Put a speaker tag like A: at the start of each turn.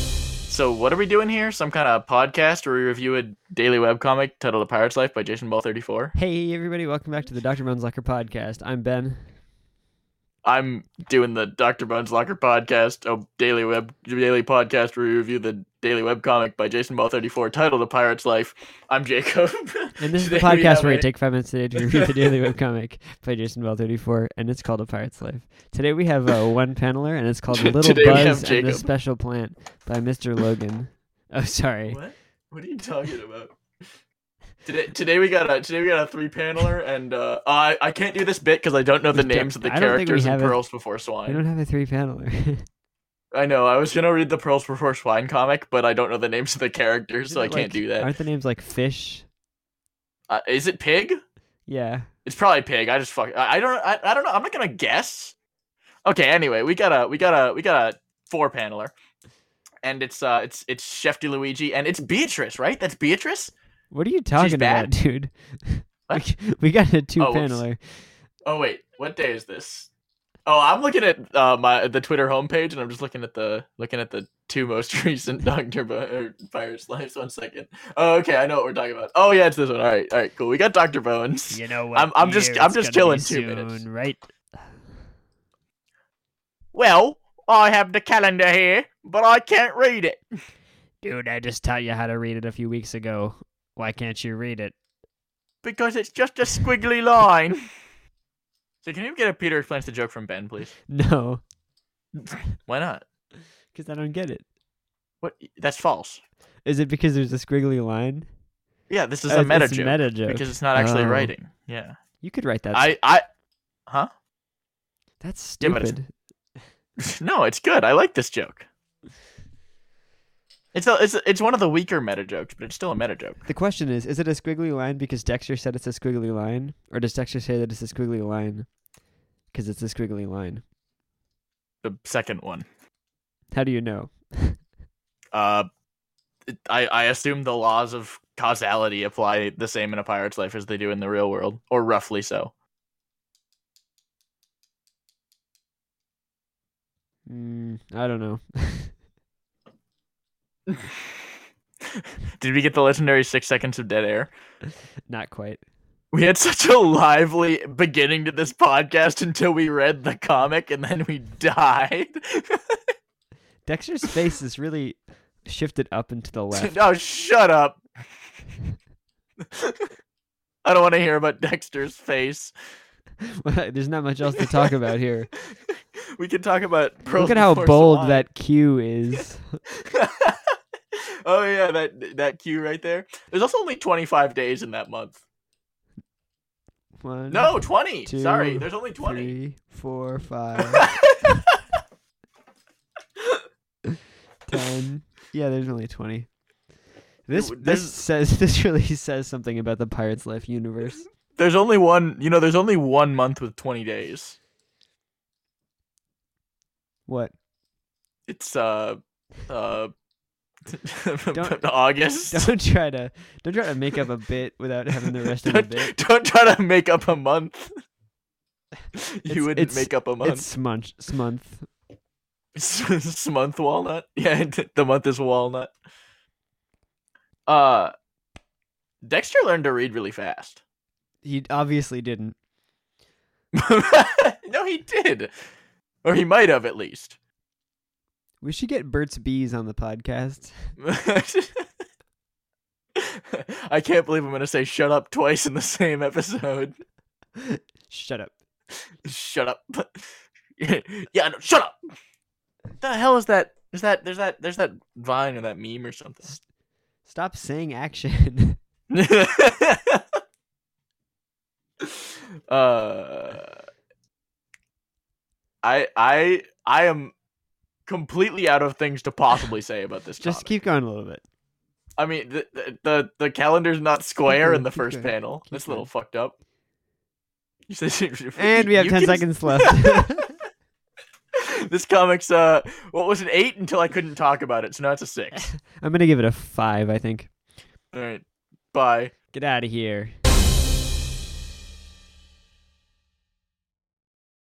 A: so what are we doing here? Some kind of podcast where we review a daily webcomic titled The Pirate's Life by Jason Ball 34.
B: Hey everybody, welcome back to the Dr. Bones Locker podcast. I'm Ben.
A: I'm doing the Dr. Bones Locker podcast, a daily web daily podcast where we review the daily webcomic by Jason Ball 34 titled The Pirate's Life. I'm Jacob.
B: And this is the
A: Today we
B: podcast
A: have
B: where we
A: a-
B: take five minutes today to review the daily webcomic by Jason Bell 34, and it's called A Pirate's Life. Today we have uh, one paneler, and it's called Little
A: Today we have
B: Buzz and the
A: Jacob.
B: Special Plant by Mr. Logan. Oh, sorry.
A: What? What are you talking about? Today, today we got a today we got a three paneler and uh, I I can't do this bit because I don't know the
B: We don't-
A: names of the
B: I don't think we
A: characters in
B: have it.
A: Pearls Before
B: We
A: Swine.
B: don't have a three paneler.
A: I know. I was gonna read the Pearls Before Swine comic, but I don't know the names of the characters, so I
B: Isn't it
A: can't
B: like-
A: do that.
B: Aren't the names like Fish?
A: Uh, is it Pig?
B: Yeah.
A: It's probably Pig. I just fuck. I, I don't. I, I don't know. I'm not gonna guess. Okay. Anyway, we got a we got a we got a four paneler, and it's uh it's it's Shefty Luigi and it's Beatrice, right? That's Beatrice.
B: What are you talking
A: bad?
B: about, dude?
A: What?
B: We- we got a two
A: Oh, whoops.
B: paneler.
A: Oh wait, what day is this? Oh, I'm looking at uh, my the Twitter homepage, and I'm just looking at the looking at the two most recent Doctor Bo- or Pirates Lives. One second. Oh, okay, I know what we're talking about. Oh yeah, it's this one. All right, all right, cool. We got Doctor Bones.
B: You know what?
A: I'm- I'm just- year I'm it's just gonna be chilling two minutes.
B: Right.
A: Well, I have the calendar here, but I can't read it.
B: Dude, I just taught you how to read it a few weeks ago. Why can't you read it?
A: Because it's just a squiggly line. So can you get a Peter explains the joke from Ben, please?
B: No,
A: Why not?
B: because I don't get it.
A: What? That's false.
B: Is it because there's a squiggly line?
A: Yeah, this is
B: Oh,
A: a meta
B: it's
A: joke
B: meta joke.
A: because it's not actually
B: Oh.
A: writing. Yeah,
B: You could write that.
A: I, I, huh?
B: That's
A: Yeah, but
B: stupid.
A: it's- No, it's good. I like this joke. It's a, it's a- it's one of the weaker meta jokes, but it's still a meta joke.
B: the question is, is it a squiggly line because Dexter said it's a squiggly line, or does Dexter say that it's a squiggly line because it's a squiggly line?
A: The second one.
B: How do you know?
A: Uh, it- I I assume the laws of causality apply the same in a pirate's life as they do in the real world, or roughly so.
B: Mm, I don't know.
A: Did we get the legendary six seconds of dead air?
B: Not quite.
A: We had such a lively beginning to this podcast until we read the comic and then we died.
B: Dexter's face is really shifted up and to the left.
A: oh, shut up. I don't want to hear about Dexter's face.
B: There's not much else to talk about here.
A: We can talk about Pearls
B: Look at how
A: Before
B: bold
A: Swine.
B: that Q is.
A: oh yeah, that that cue right there. There's also only 25 days in that month.
B: One,
A: No, 20.
B: Two,
A: Sorry, there's only 20.
B: three, four, five, ten. Yeah, there's only twenty. This
A: w-
B: this
A: there's-
B: says this really says something about the Pirates Life universe.
A: There's only one, you know, there's only one month with 20 days.
B: What?
A: It's uh uh
B: Don't-
A: August.
B: Don't try to don't try to make up a bit without having the rest of the
A: Don't-
B: bit.
A: don't try to make up a month.
B: It's-
A: you wouldn't
B: it's-
A: make up a month.
B: It's smunch smonth.
A: This month walnut. Yeah, the month is walnut. Uh Dexter learned to read really fast.
B: He obviously didn't.
A: no, he did. Or he might have at least.
B: We should get Burt's Bees on the podcast.
A: I can't believe I'm going to say shut up twice in the same episode.
B: Shut up.
A: Shut up. yeah, no, shut up. The hell is that? Is that there's that there's that vine or that meme or something?
B: Stop saying action.
A: uh, I I I am completely out of things to possibly say about this.
B: Just
A: comic.
B: keep going a little bit.
A: I mean, the, the the the calendar's not square in
B: going,
A: the
B: keep
A: first
B: going,
A: panel.
B: keep
A: That's a little
B: going.
A: fucked up. You said-
B: And we have
A: you
B: ten
A: can-
B: seconds left.
A: this comic's uh, what was an eight until I couldn't talk about it, so now it's a six.
B: I'm gonna give it a five. I think.
A: All right, bye.
B: Get out of here.